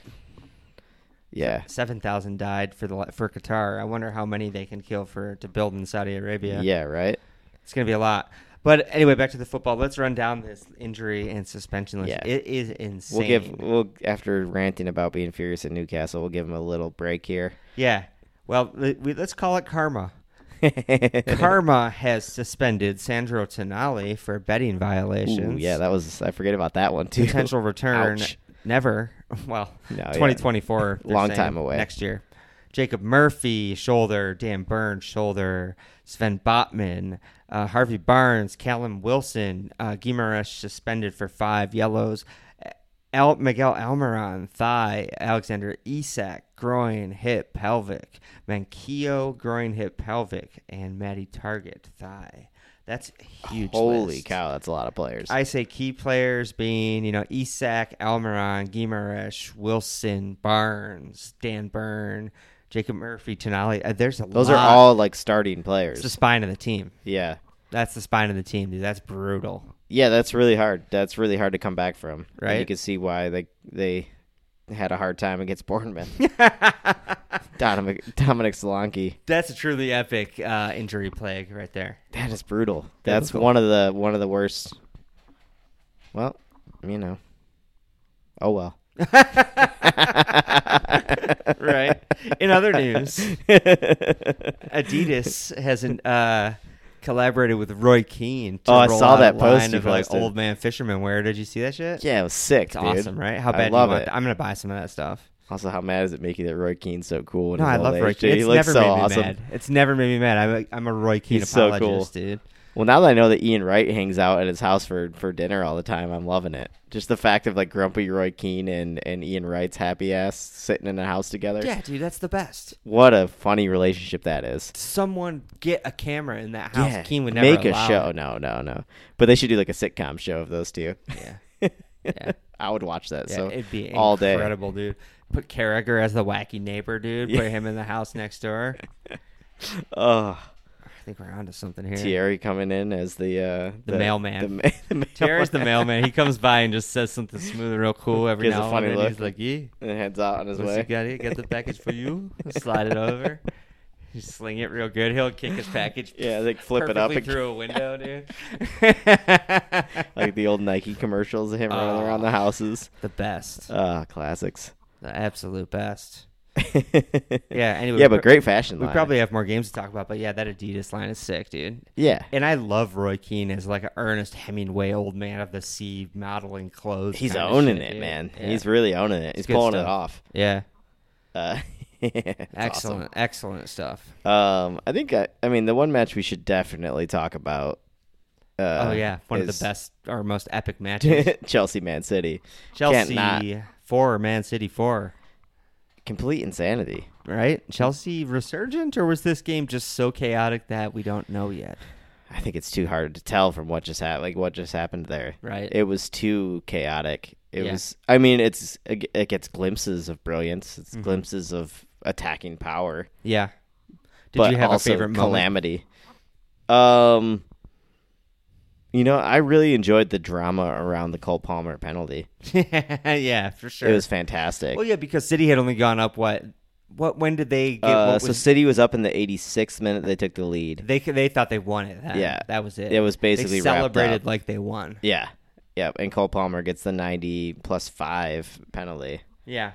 Yeah. Seven thousand died for the for Qatar. I wonder how many they can kill for to build in Saudi Arabia. Yeah. right. It's gonna be a lot. But anyway, back to the football. Let's run down this injury and suspension list. Yeah. It is insane. We'll give we'll after ranting about being furious at Newcastle, we'll give him a little break here. yeah. Well, le- we, let's call it karma. karma has suspended Sandro Tonali for betting violations. Ooh, yeah, that was I forget about that one too. potential return Ouch. never. Well, No, yeah. 2024, they're Long saying, time away. Next year, Jacob Murphy shoulder, Dan Burns shoulder, Sven Botman, uh, Harvey Barnes, Callum Wilson, uh, Guimaraes suspended for five yellows. Al- Miguel Almiron, thigh, Alexander Isak, groin, hip, pelvic, Manquillo, groin, hip, pelvic, and Matty Target, thigh. That's a huge. Holy list. cow, that's a lot of players. I say key players being, you know, Isak, Almiron, Guimaraes, Wilson, Barnes, Dan Byrne, Jacob Murphy, Tonali. Uh, there's a Those lot. are all like starting It's the players. spine of the team. Yeah. That's the spine of the team, dude. That's brutal. Yeah, that's really hard. That's really hard to come back from. And you Right. can see why they they had a hard time against Bournemouth. Dominic, Dominic Solanke. That's a truly epic uh, injury plague right there. That is brutal. That's Biblical. one of the one of the worst. Well, you know. Oh well. Right. In other news, Adidas hasn't uh, collaborated with Roy Keane. To Oh, I roll saw out a that post line you of like posted. old man fisherman wear. Did you see that shit? Yeah, it was sick, It's dude. awesome, right? How I bad do love you want it. I'm gonna buy some of that stuff. Also, how mad does it make you that Roy Keane's so cool? in No, his I old love age, Roy dude? Keane. He It's looks never so made awesome. me mad. It's never made me mad. I'm a, I'm a Roy Keane He's so apologist, dude. Well, now that I know that Ian Wright hangs out at his house for, for dinner all the time, I'm loving it. Just the fact of like grumpy Roy Keane and, and Ian Wright's happy ass sitting in a house together. Yeah, dude, that's the best. What a funny relationship that is. Someone get a camera in that house. Keane would never make a allow show. it. No, no, no. But they should do like a sitcom show of those two. Yeah. I would watch that. Yeah, so it'd be all day. incredible, dude. Put Carragher as the wacky neighbor, dude. Yeah. Put him in the house next door. Ugh. I think we're onto something here. Thierry coming in as the uh, The mailman. The, ma- the mailman. Tierra's the mailman. He comes by and just says something smooth and real cool every Gives a now funny and then. look. He's like, "Yeah, and heads out on his what's way. he got? He got the package for you. Slide it over. You sling it real good. He'll kick his package. Yeah, like flip it up perfectly and- through a window, dude. like the old Nike commercials of him running Oh. around the houses. the best, Ah, classics. the absolute best. yeah. anyway, Yeah, we but pro- great fashion We line. probably have more games to talk about, but yeah, that Adidas line is sick, dude. Yeah. And I love Roy Keane as like an Ernest Hemingway old man of the sea modeling clothes. He's kinda owning shit, it, dude. man. Yeah. He's really owning it. He's good pulling it stuff. off. yeah. Uh, it's awesome. Excellent, excellent stuff. Um, I think I, I mean the one match we should definitely talk about. Uh, oh yeah, one of is the best or most epic matches. Chelsea Man City. Can't not. Chelsea four, Man City four. Complete insanity. Right? Chelsea resurgent, or was this game just so chaotic that we don't know yet? I think it's too hard to tell from what just happened. Like what just happened there. Right. It was too chaotic. It Yeah. was. I mean, it's it gets glimpses of brilliance. It's Mm-hmm. glimpses of attacking power. yeah. Did but you have also a favorite moment? calamity. Um, you know, I really enjoyed the drama around the Cole Palmer penalty. yeah, for sure. It was fantastic. well, yeah, because City had only gone up what? What? When did they get? Uh, what so was City was up in the 86th minute. They took the lead. They c- they thought they won it. Then. Yeah. that was it. It was basically they wrapped celebrated up. like they won. Yeah, yeah. And Cole Palmer gets the 90 plus five penalty. Yeah,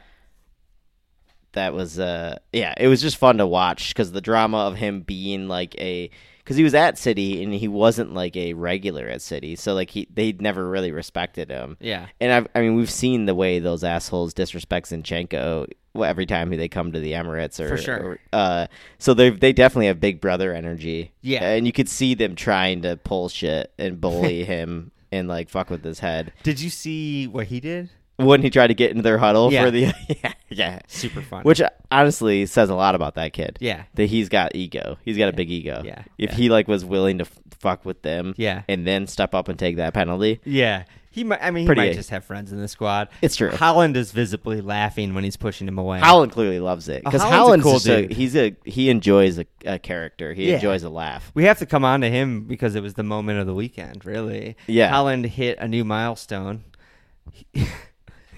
That was uh, yeah. It was just fun to watch because the drama of him being like a because he was at City and he wasn't like a regular at City, so like he they never really respected him. yeah, And I've, I mean, we've seen the way those assholes disrespect Zinchenko well, every time they come to the Emirates, or For sure. or- uh, so they they definitely have big brother energy. Yeah. and you could see them trying to pull shit and bully him and like fuck with his head Did you see what he did? when he tried to get into their huddle Yeah. for the yeah yeah. Super fun. Which uh, honestly says a lot about that kid. Yeah. that he's got ego. He's got a big ego. Yeah. if Yeah. he like was willing to f- fuck with them. Yeah. and then step up and take that penalty. Yeah. He might. I mean, he Pretty- might just have friends in the squad. It's true. Holland is visibly laughing when he's pushing him away. Holland clearly loves it because Holland's a Holland's, cool just a- dude. he's a he enjoys a, a character. He Yeah. enjoys a laugh. We have to come on to him because it was the moment of the weekend, really. Yeah. Holland hit a new milestone.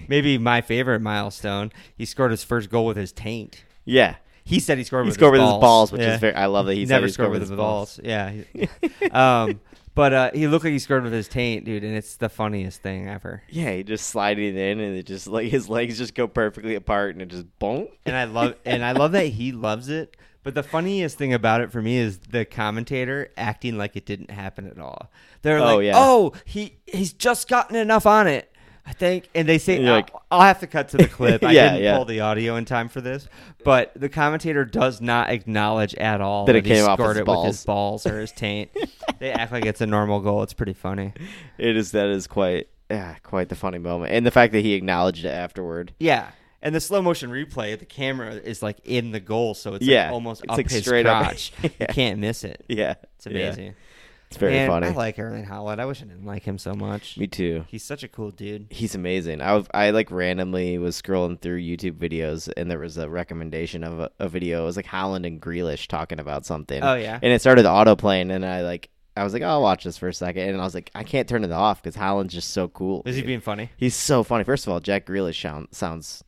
Maybe my favorite milestone. He scored his first goal with his taint. Yeah, He said he scored he with scored his with balls. his balls, which Yeah. is very. I love that he He said never he scored with his balls. Yeah. he- um, but uh, he looked like he scored with his taint, dude, and it's the funniest thing ever. Yeah, he just sliding in and it just like his legs just go perfectly apart and it just boom. and I love and I love that he loves it. But the funniest thing about it for me is the commentator acting like it didn't happen at all. They're Oh, like, yeah. "Oh, he he's just gotten enough on it." I think, and they say, And you're I'll, like- "I'll have to cut to the clip." I Yeah, didn't yeah. pull the audio in time for this, but the commentator does not acknowledge at all That it he came off scored his it with his balls or his taint. they act like it's a normal goal. It's pretty funny. It is that is quite yeah, quite the funny moment, and the fact that he acknowledged it afterward. Yeah. And the slow motion replay, the camera is like in the goal, so it's Yeah. like almost It's, up like, his straight up. crotch. You Yeah. can't miss it. Yeah, It's amazing. It's very And funny. I like Erling Holland. I wish I didn't like him so much. Me too. He's such a cool dude. He's amazing. I w- I like randomly was scrolling through YouTube videos and there was a recommendation of a, a video. It was like Holland and Grealish talking about something. Oh, yeah. and it started autoplaying and I like I was like "Oh, I'll watch this for a second and I was like I can't turn it off because Holland's just so cool. Is he dude. being funny? He's so funny. First of all, Jack Grealish sound, sounds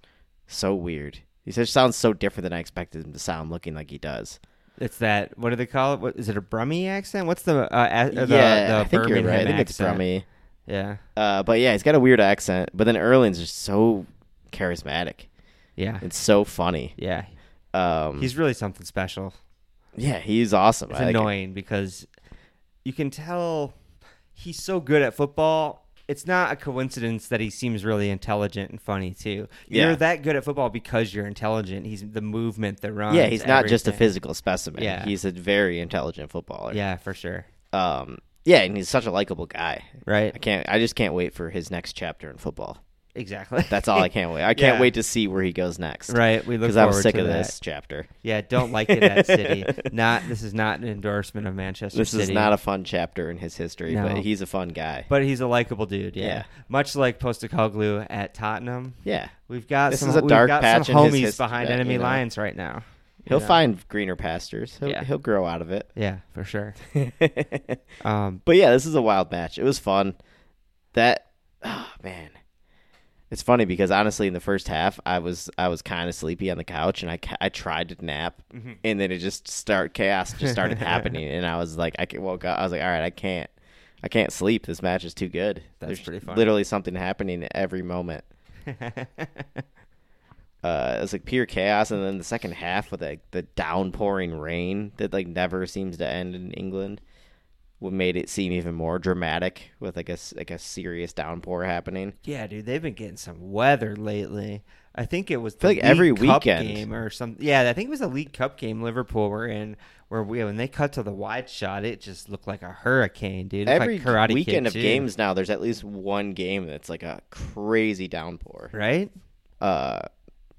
so weird. He just sounds so different than I expected him to sound, looking like he does. It's that. What do they call it? What, is it a Brummie accent? What's the uh, a, uh, the, yeah, the I think Birmingham you're right. I think it's accent? Brummy. Yeah, Uh, but yeah, he's got a weird accent. But then Erling's just so charismatic. yeah, It's so funny. yeah. Um, He's really something special. yeah, he's awesome. It's I like it. annoying because you can tell he's so good at football. it's not a coincidence that he seems really intelligent and funny too. Yeah. You're that good at football because you're intelligent. He's the movement, the run. yeah, he's not just a physical specimen. Yeah. He's a very intelligent footballer. Yeah, for sure. Um, yeah, and he's such a likable guy. Right. I can't. I just can't wait for his next chapter in football. Exactly. That's all I can't wait. I can't Yeah. wait to see where he goes next. Right. We look Because I'm forward sick to of that. this chapter. Yeah, don't like it at City. Not this is not an endorsement of Manchester This City. is not a fun chapter in his history, but No. he's a fun guy. but he's a likable dude. Yeah. Yeah. Much like Postacoglu at Tottenham. yeah, We've got This some is a we've dark got patch some in his homies history behind that, enemy you know. lines right now. he'll Yeah. find greener pastures. He'll, Yeah. he'll grow out of it. Yeah, for sure. but Um yeah, this is a wild match. It was fun. That oh man. It's funny because honestly in the first half I was I was kind of sleepy on the couch and I, ca- I tried to nap Mm-hmm. and then it just start chaos just started happening and I was like I ca- woke up I was like all right I can't I can't sleep this match is too good. That's pretty funny. Literally something happening every moment. uh, it was like pure chaos, and then the second half with like the downpouring rain that like never seems to end in England, what made it seem even more dramatic with like a s- like a serious downpour happening. Yeah, dude, they've been getting some weather lately. I think it was the feel like every League Cup weekend. game or something. Yeah, I think it was a League Cup game Liverpool were in where we when they cut to the wide shot, it just looked like a hurricane, dude. It's Every like karate weekend Kid of too, games now, there's at least one game that's like a crazy downpour. right? Uh,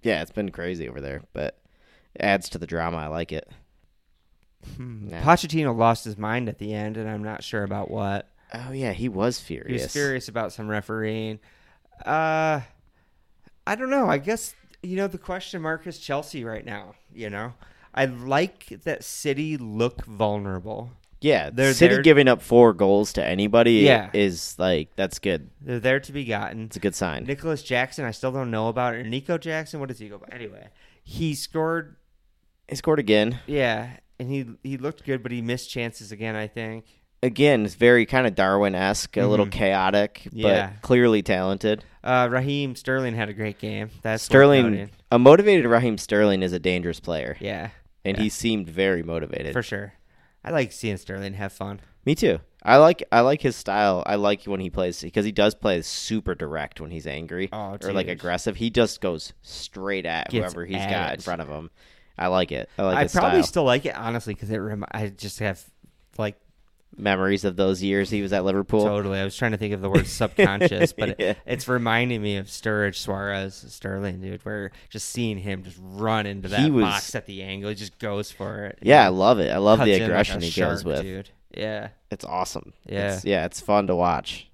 yeah, it's been crazy over there, but it adds to the drama. I like it. Yeah. Pochettino lost his mind at the end, and I'm not sure about what. Oh yeah, he was furious. He was furious about some refereeing. Uh, I don't know. I guess you know the question mark is Chelsea right now. You know, I like that City look vulnerable. Yeah, They're City there- giving up four goals to anybody Yeah. is like that's good. They're there to be gotten. It's a good sign. Nicholas Jackson, I still don't know about it. Or Nico Jackson, what does he go by? Anyway, he scored. He scored again. Yeah, and he he looked good, but he missed chances again. I think. Again, it's very kind of Darwin esque, a little chaotic, Mm-hmm. Yeah. but clearly talented. Uh, Raheem Sterling had a great game. That's worth Sterling, noting. a motivated Raheem Sterling is a dangerous player, Yeah, and he seemed very motivated. for sure. I like seeing Sterling have fun. Me too. I like I like his style. I like when he plays because he does play super direct when he's angry Oh, or like dude. aggressive. He just goes straight at Gets whoever he's at got it. in front of him. I like it. I like I his probably style. still like it honestly because it. Rem- I just have like Memories of those years he was at Liverpool. totally. I was trying to think of the word subconscious, but Yeah. it, it's reminding me of Sturridge, Suarez, Sterling, dude. Where just seeing him just run into He that was- box at the angle, he just goes for it. Yeah, I love it. I love Cuts the in like a aggression he goes shark, with. Dude. Yeah, It's awesome. Yeah. It's, yeah, it's fun to watch.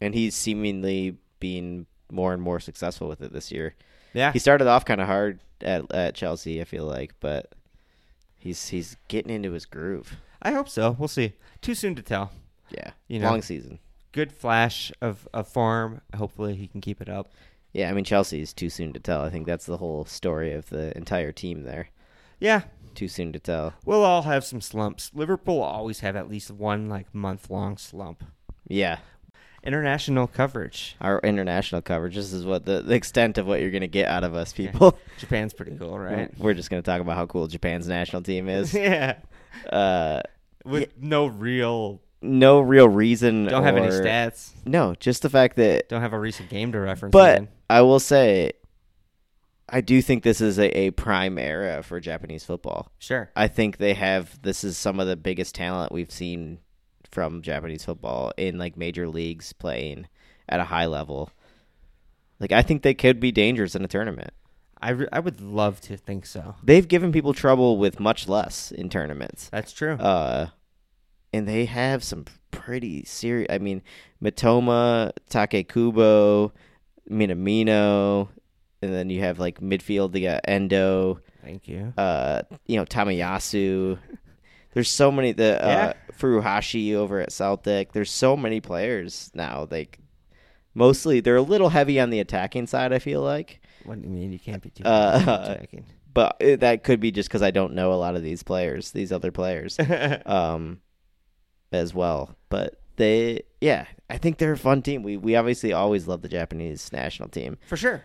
And he's seemingly being more and more successful with it this year. yeah. He started off kind of hard at, at Chelsea, I feel like, but he's he's getting into his groove. I hope so. We'll see. Too soon to tell. Yeah. You know. Long season. Good flash of of form. Hopefully he can keep it up. Yeah, I mean Chelsea is too soon to tell. I think that's the whole story of the entire team there. Yeah, Too soon to tell. we'll all have some slumps. Liverpool always have at least one like month long slump. Yeah. International coverage. Our international coverage. This is what the, the extent of what you're gonna get out of us people. Japan's pretty cool, right? We're just gonna talk about how cool Japan's national team is. yeah, uh, with no real. no real reason. Don't have any or- stats. No, just the fact that. Don't have a recent game to reference. But even. I will say, I do think this is a, a prime era for Japanese football. sure, I think they have this is some of the biggest talent we've seen from Japanese football in like major leagues playing at a high level. Like I think they could be dangerous in a tournament. I re- I would love to think so. They've given people trouble with much less in tournaments. That's true. Uh, and they have some pretty serious. I mean, Matoma, Takekubo, Minamino, and then you have like midfield. They got Endo. Thank you. Uh, you know Tamayasu. There's so many. The uh, Yeah. Furuhashi over at Celtic. There's so many players now. Like mostly, they're a little heavy on the attacking side. I feel like. What do you mean you can't be too Uh, attacking? but it, that could be just because I don't know a lot of these players, these other players, um, as well. But they, yeah, I think they're a fun team. We we obviously always love the Japanese national team. For sure.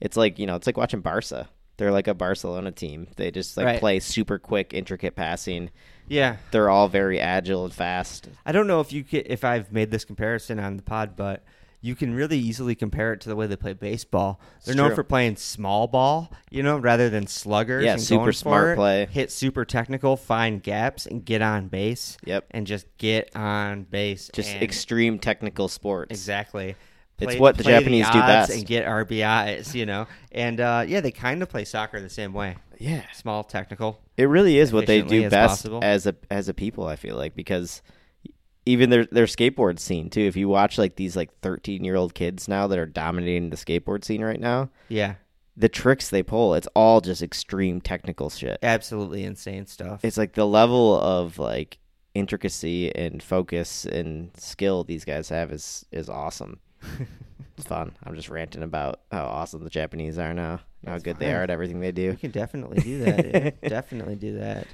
It's like you know, it's like watching Barca. They're like a Barcelona team. They just like Right. play super quick, intricate passing. Yeah. They're all very agile and fast. I don't know if you ca if I've made this comparison on the pod, but you can really easily compare it to the way they play baseball. They're known true. for playing small ball, you know, rather than sluggers. Yeah, and super going smart for it, play. hit super technical, find gaps, and get on base. Yep. and just get on base. Just and- extreme technical sports. Exactly. It's what the Japanese do odds best. and get RBIs, you know. And uh, yeah, they kind of play soccer the same way. Yeah. Small, technical. It really is what they efficiently do as best possible. as a as a people. I feel like because even their their skateboard scene too. If you watch like these like thirteen year old kids now that are dominating the skateboard scene right now, Yeah, the tricks they pull, it's all just extreme technical shit. absolutely insane stuff. It's like the level of like intricacy and focus and skill these guys have is is awesome. it's fun. I'm just ranting about how awesome the Japanese are now, and how That's good they fine. are at everything they You do. can definitely do that. dude. definitely do that.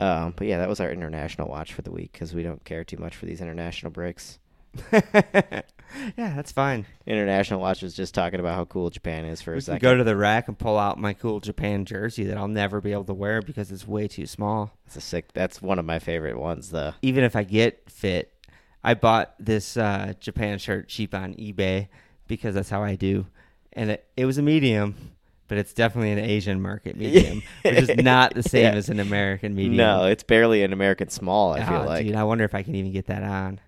Um, but yeah, that was our international watch for the week because we don't care too much for these international breaks. yeah, that's fine. International watch was just talking about how cool Japan is for a We can second. go to the rack and pull out my cool Japan jersey that I'll never be able to wear because it's way too small. that's a sick. That's one of my favorite ones. though. Even if I get fit, I bought this uh, Japan shirt cheap on eBay because that's how I do. And it, it was a medium, but it's definitely an Asian market medium, which is not the same Yeah. as an American medium. no, it's barely an American small. I feel Ah, like dude, I wonder if I can even get that on.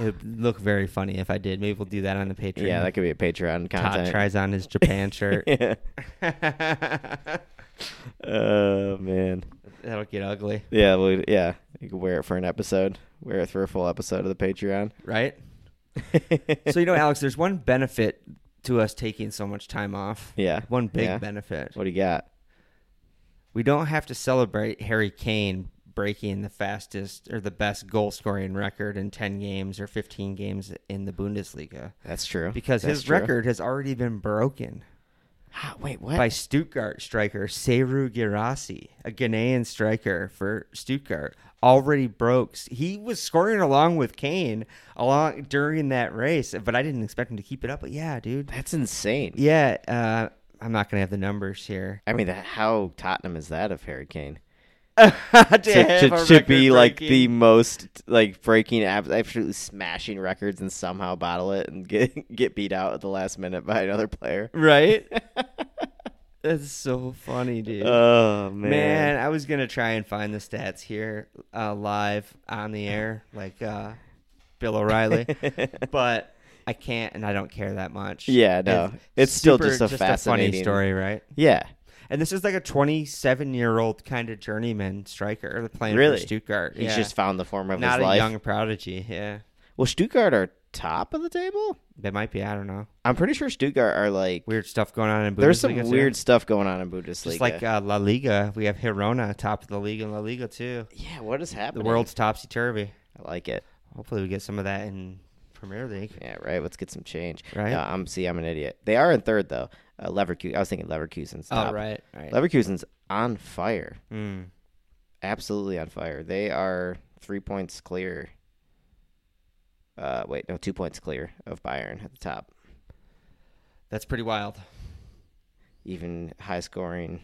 It would look very funny if I did. Maybe we'll do that on the Patreon. yeah, that could be a Patreon Todd content. tries on his Japan shirt. Oh man, That'll get ugly, yeah, we, yeah. You could wear it for an episode. Wear it for a full episode of the Patreon. right? so you know, Alex, there's one benefit to us taking so much time off. Yeah, One big yeah. benefit. What do you got? We don't have to celebrate Harry Kane breaking the fastest or the best goal scoring record in 10 games or 15 games in the Bundesliga That's true. because That's his true. record has already been broken Ah, wait, what? by Stuttgart striker Seru Girassi, a Ghanaian striker for Stuttgart, already broke. He was scoring along with Kane along during that race, but I didn't expect him to keep it up. But yeah, dude. That's insane. Yeah, uh, I'm not gonna have the numbers here. I mean, that, how Tottenham is that of Harry Kane? to To, have to, a to be record like the breaking- most like breaking, ab- absolutely smashing records, and somehow bottle it and get get beat out at the last minute by another player. right. That's so funny, dude. Oh Man, I was gonna try and find the stats here uh, live on the air, like uh, Bill O'Reilly, but I can't, and I don't care that much. Yeah, no. It's still just a funny fascinating- story, right? yeah, And this is like a 27 year old kind of journeyman striker playing Really? for Stuttgart. he's Yeah. just found the form of his not a life. young prodigy. Yeah, Well, Stuttgart are top of the table. they might be. I don't know. I'm pretty sure Stuttgart are like Weird stuff going on in Bundesliga. there's some too. weird stuff going on in Bundesliga. Just like uh, La Liga, we have Hirona top of the league in La Liga too. yeah, what is The happening? world's topsy turvy. I like it. Hopefully, we get some of that in Premier League. Yeah, right. Let's get some change. Right. Uh, I'm see. I'm an idiot. They are in third though. Uh, Leverkusen. I was thinking Leverkusen's top. Oh, right, right. Leverkusen's on fire. Mm. Absolutely on fire. They are three points clear. Uh, wait, no, two points clear of Bayern at the top. That's pretty wild. Even high scoring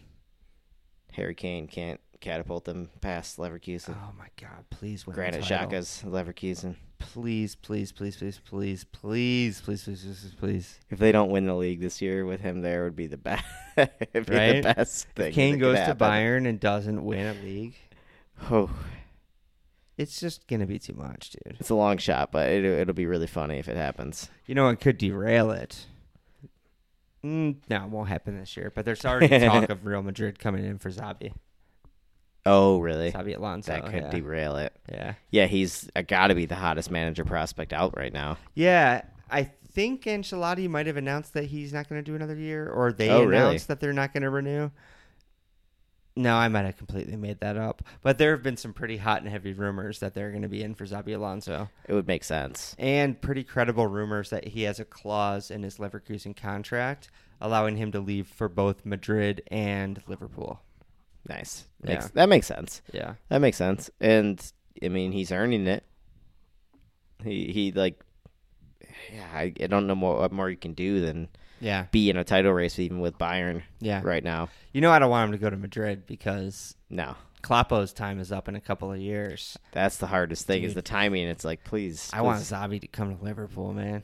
Harry Kane can't catapult them past Leverkusen. Oh my God! Please win. the Granite title. Xhaka's Leverkusen. Please, please, please, please, please, please, please, please, please, please. If they don't win the league this year with him there, would be the best. be Right? the best thing. If Kane that could goes to happen. Bayern and doesn't win a league, Oh, it's just gonna be too much, dude. it's a long shot, but it, it'll be really funny if it happens. You know, it could derail it. Mm, no, it won't happen this year. But there's already talk of Real Madrid coming in for Zabi. Oh, really? Xabi Alonso. That could yeah. derail it. Yeah. Yeah, he's uh, got to be the hottest manager prospect out right now. Yeah, I think Ancelotti might have announced that he's not going to do another year, or they Oh, announced really? that they're not going to renew. No, I might have completely made that up, but there have been some pretty hot and heavy rumors that they're going to be in for Zabi Alonso, It would make sense. and pretty credible rumors that he has a clause in his Leverkusen contract allowing him to leave for both Madrid and Liverpool. Nice. Makes, Yeah. That makes sense. Yeah, That makes sense. And I mean, he's earning it. He he like, yeah. I, I don't know more, what more you can do than Yeah. be in a title race even with Bayern Yeah. right now. You know, I don't want him to go to Madrid because No, Kloppo's time is up in a couple of years. that's the hardest thing is Dude. the timing. It's like, please, I want please. Zabi to come to Liverpool, man.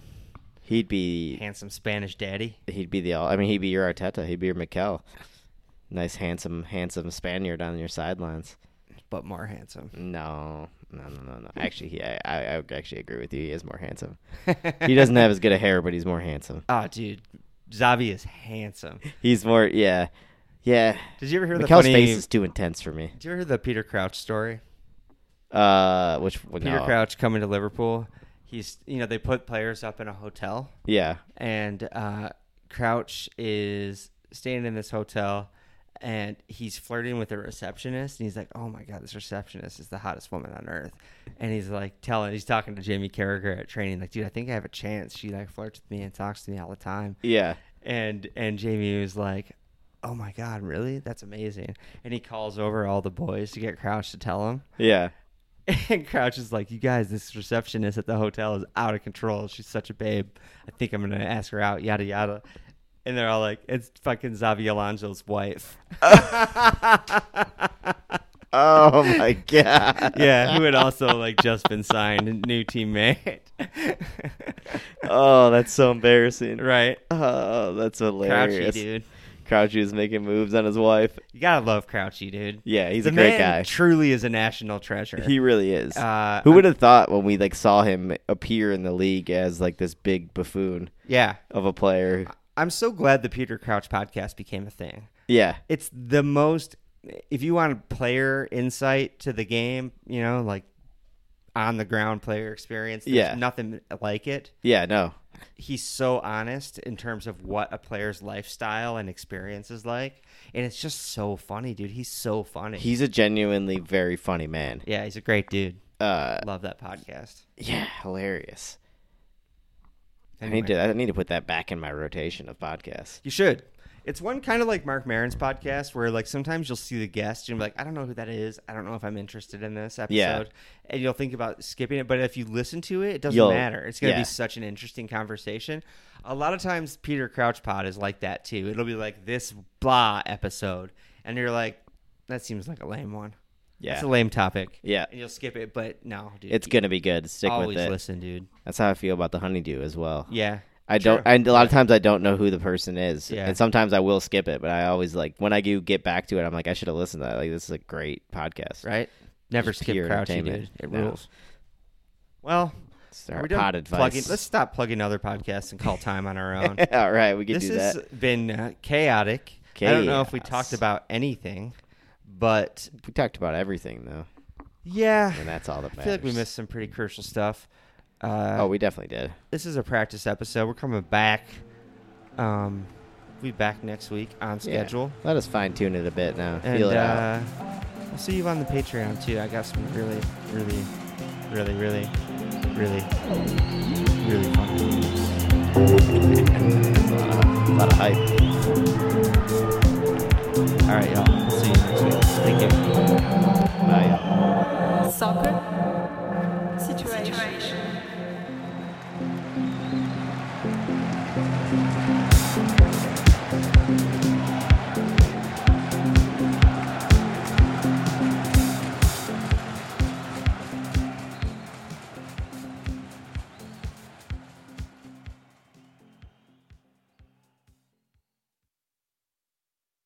He'd be Handsome Spanish daddy. he'd be the all. I mean, he'd be your Arteta. He'd be your Mikel. Nice, handsome, handsome Spaniard on your sidelines. but more handsome. No, no, no, no, no. Actually, he, I, I I would actually agree with you. He is more handsome. Mm. He doesn't have as good a hair, but he's more handsome. Oh, dude, Zabi is handsome. He's more, yeah, yeah. Did you ever hear Mikel's the funny? face is too intense for me. Did you ever hear the Peter Crouch story? Uh, which no. Peter Crouch coming to Liverpool. He's you know they put players up in a hotel, Yeah, and uh, Crouch is staying in this hotel. And he's flirting with a receptionist, and he's like, "Oh my god, this receptionist is the hottest woman on earth." And he's like telling, he's talking to Jamie Carragher at training, like, "Dude, I think I have a chance. She like flirts with me and talks to me all the time." yeah. and and Jamie was like, "Oh my god, really? That's amazing!" And he calls over all the boys to get Crouch to tell him. Yeah. And Crouch is like, "You guys, this receptionist at the hotel is out of control. She's such a babe. I think I'm gonna ask her out." Yada yada. And they're all like, "It's fucking Xavi Alonso's wife." Oh my god. yeah, who had also like just been signed, a new teammate. Oh, that's so embarrassing. right, Oh, that's Crouchy hilarious. dude. Crouchy was making moves on his wife. You gotta love Crouchy, dude. Yeah, he's the a great man guy. Truly, is a national treasure. He really is. Uh, Who I'm- would have thought when we like saw him appear in the league as like this big buffoon Yeah. of a player? I'm so glad the Peter Crouch podcast became a thing. Yeah. It's the most, if you want player insight to the game, you know, like on the ground player experience, there's Yeah. nothing like it. Yeah, no. He's so honest in terms of what a player's lifestyle and experience is like. And it's just so funny, dude. He's so funny. He's a genuinely very funny man. yeah, he's a great dude. Uh Love that podcast. yeah, hilarious. I Anyway. need to I need to put that back in my rotation of podcasts. You should. It's one kind of like Mark Marin's podcast where like sometimes you'll see the guest and be like, I don't know who that is. I don't know if I'm interested in this episode. Yeah. And you'll think about skipping it. But if you listen to it, it doesn't You'll- matter. It's gonna yeah. be such an interesting conversation. A lot of times Peter Crouch Pod is like that too. It'll be like this blah episode. And you're like, that seems like a lame one. Yeah. It's a lame topic. Yeah. And you'll skip it, but no, dude. It's you gonna be good. Stick always with it. listen, dude. That's how I feel about the honeydew as well. Yeah. I don't. True. And a lot of times I don't know who the person is, Yeah. and sometimes I will skip it. But I always like when I do get back to it, I'm like, I should have listened to that. Like this is a great podcast. Right? Never Just skip pure Crouchy, dude. entertainment. It No. rules. Well, It's Are our we done pod advice. plugging- let's stop plugging other podcasts and call time on our own. All right, we can this do has that. been uh, chaotic. I don't know if we Chaos. talked about anything, but We talked about everything though, yeah, and that's all that I matters. feel like we missed some pretty crucial stuff. Uh, Oh, we definitely did. this is a practice episode. We're coming back. Um, we'll be back next week on Yeah. schedule. Let us fine tune it a bit now. And feel it uh, out. we'll see you on the Patreon too. I got some really, really, really, really, really, really fun news. A lot of hype. All right, y'all. See you next week. Thank you. Bye. Soccer situation.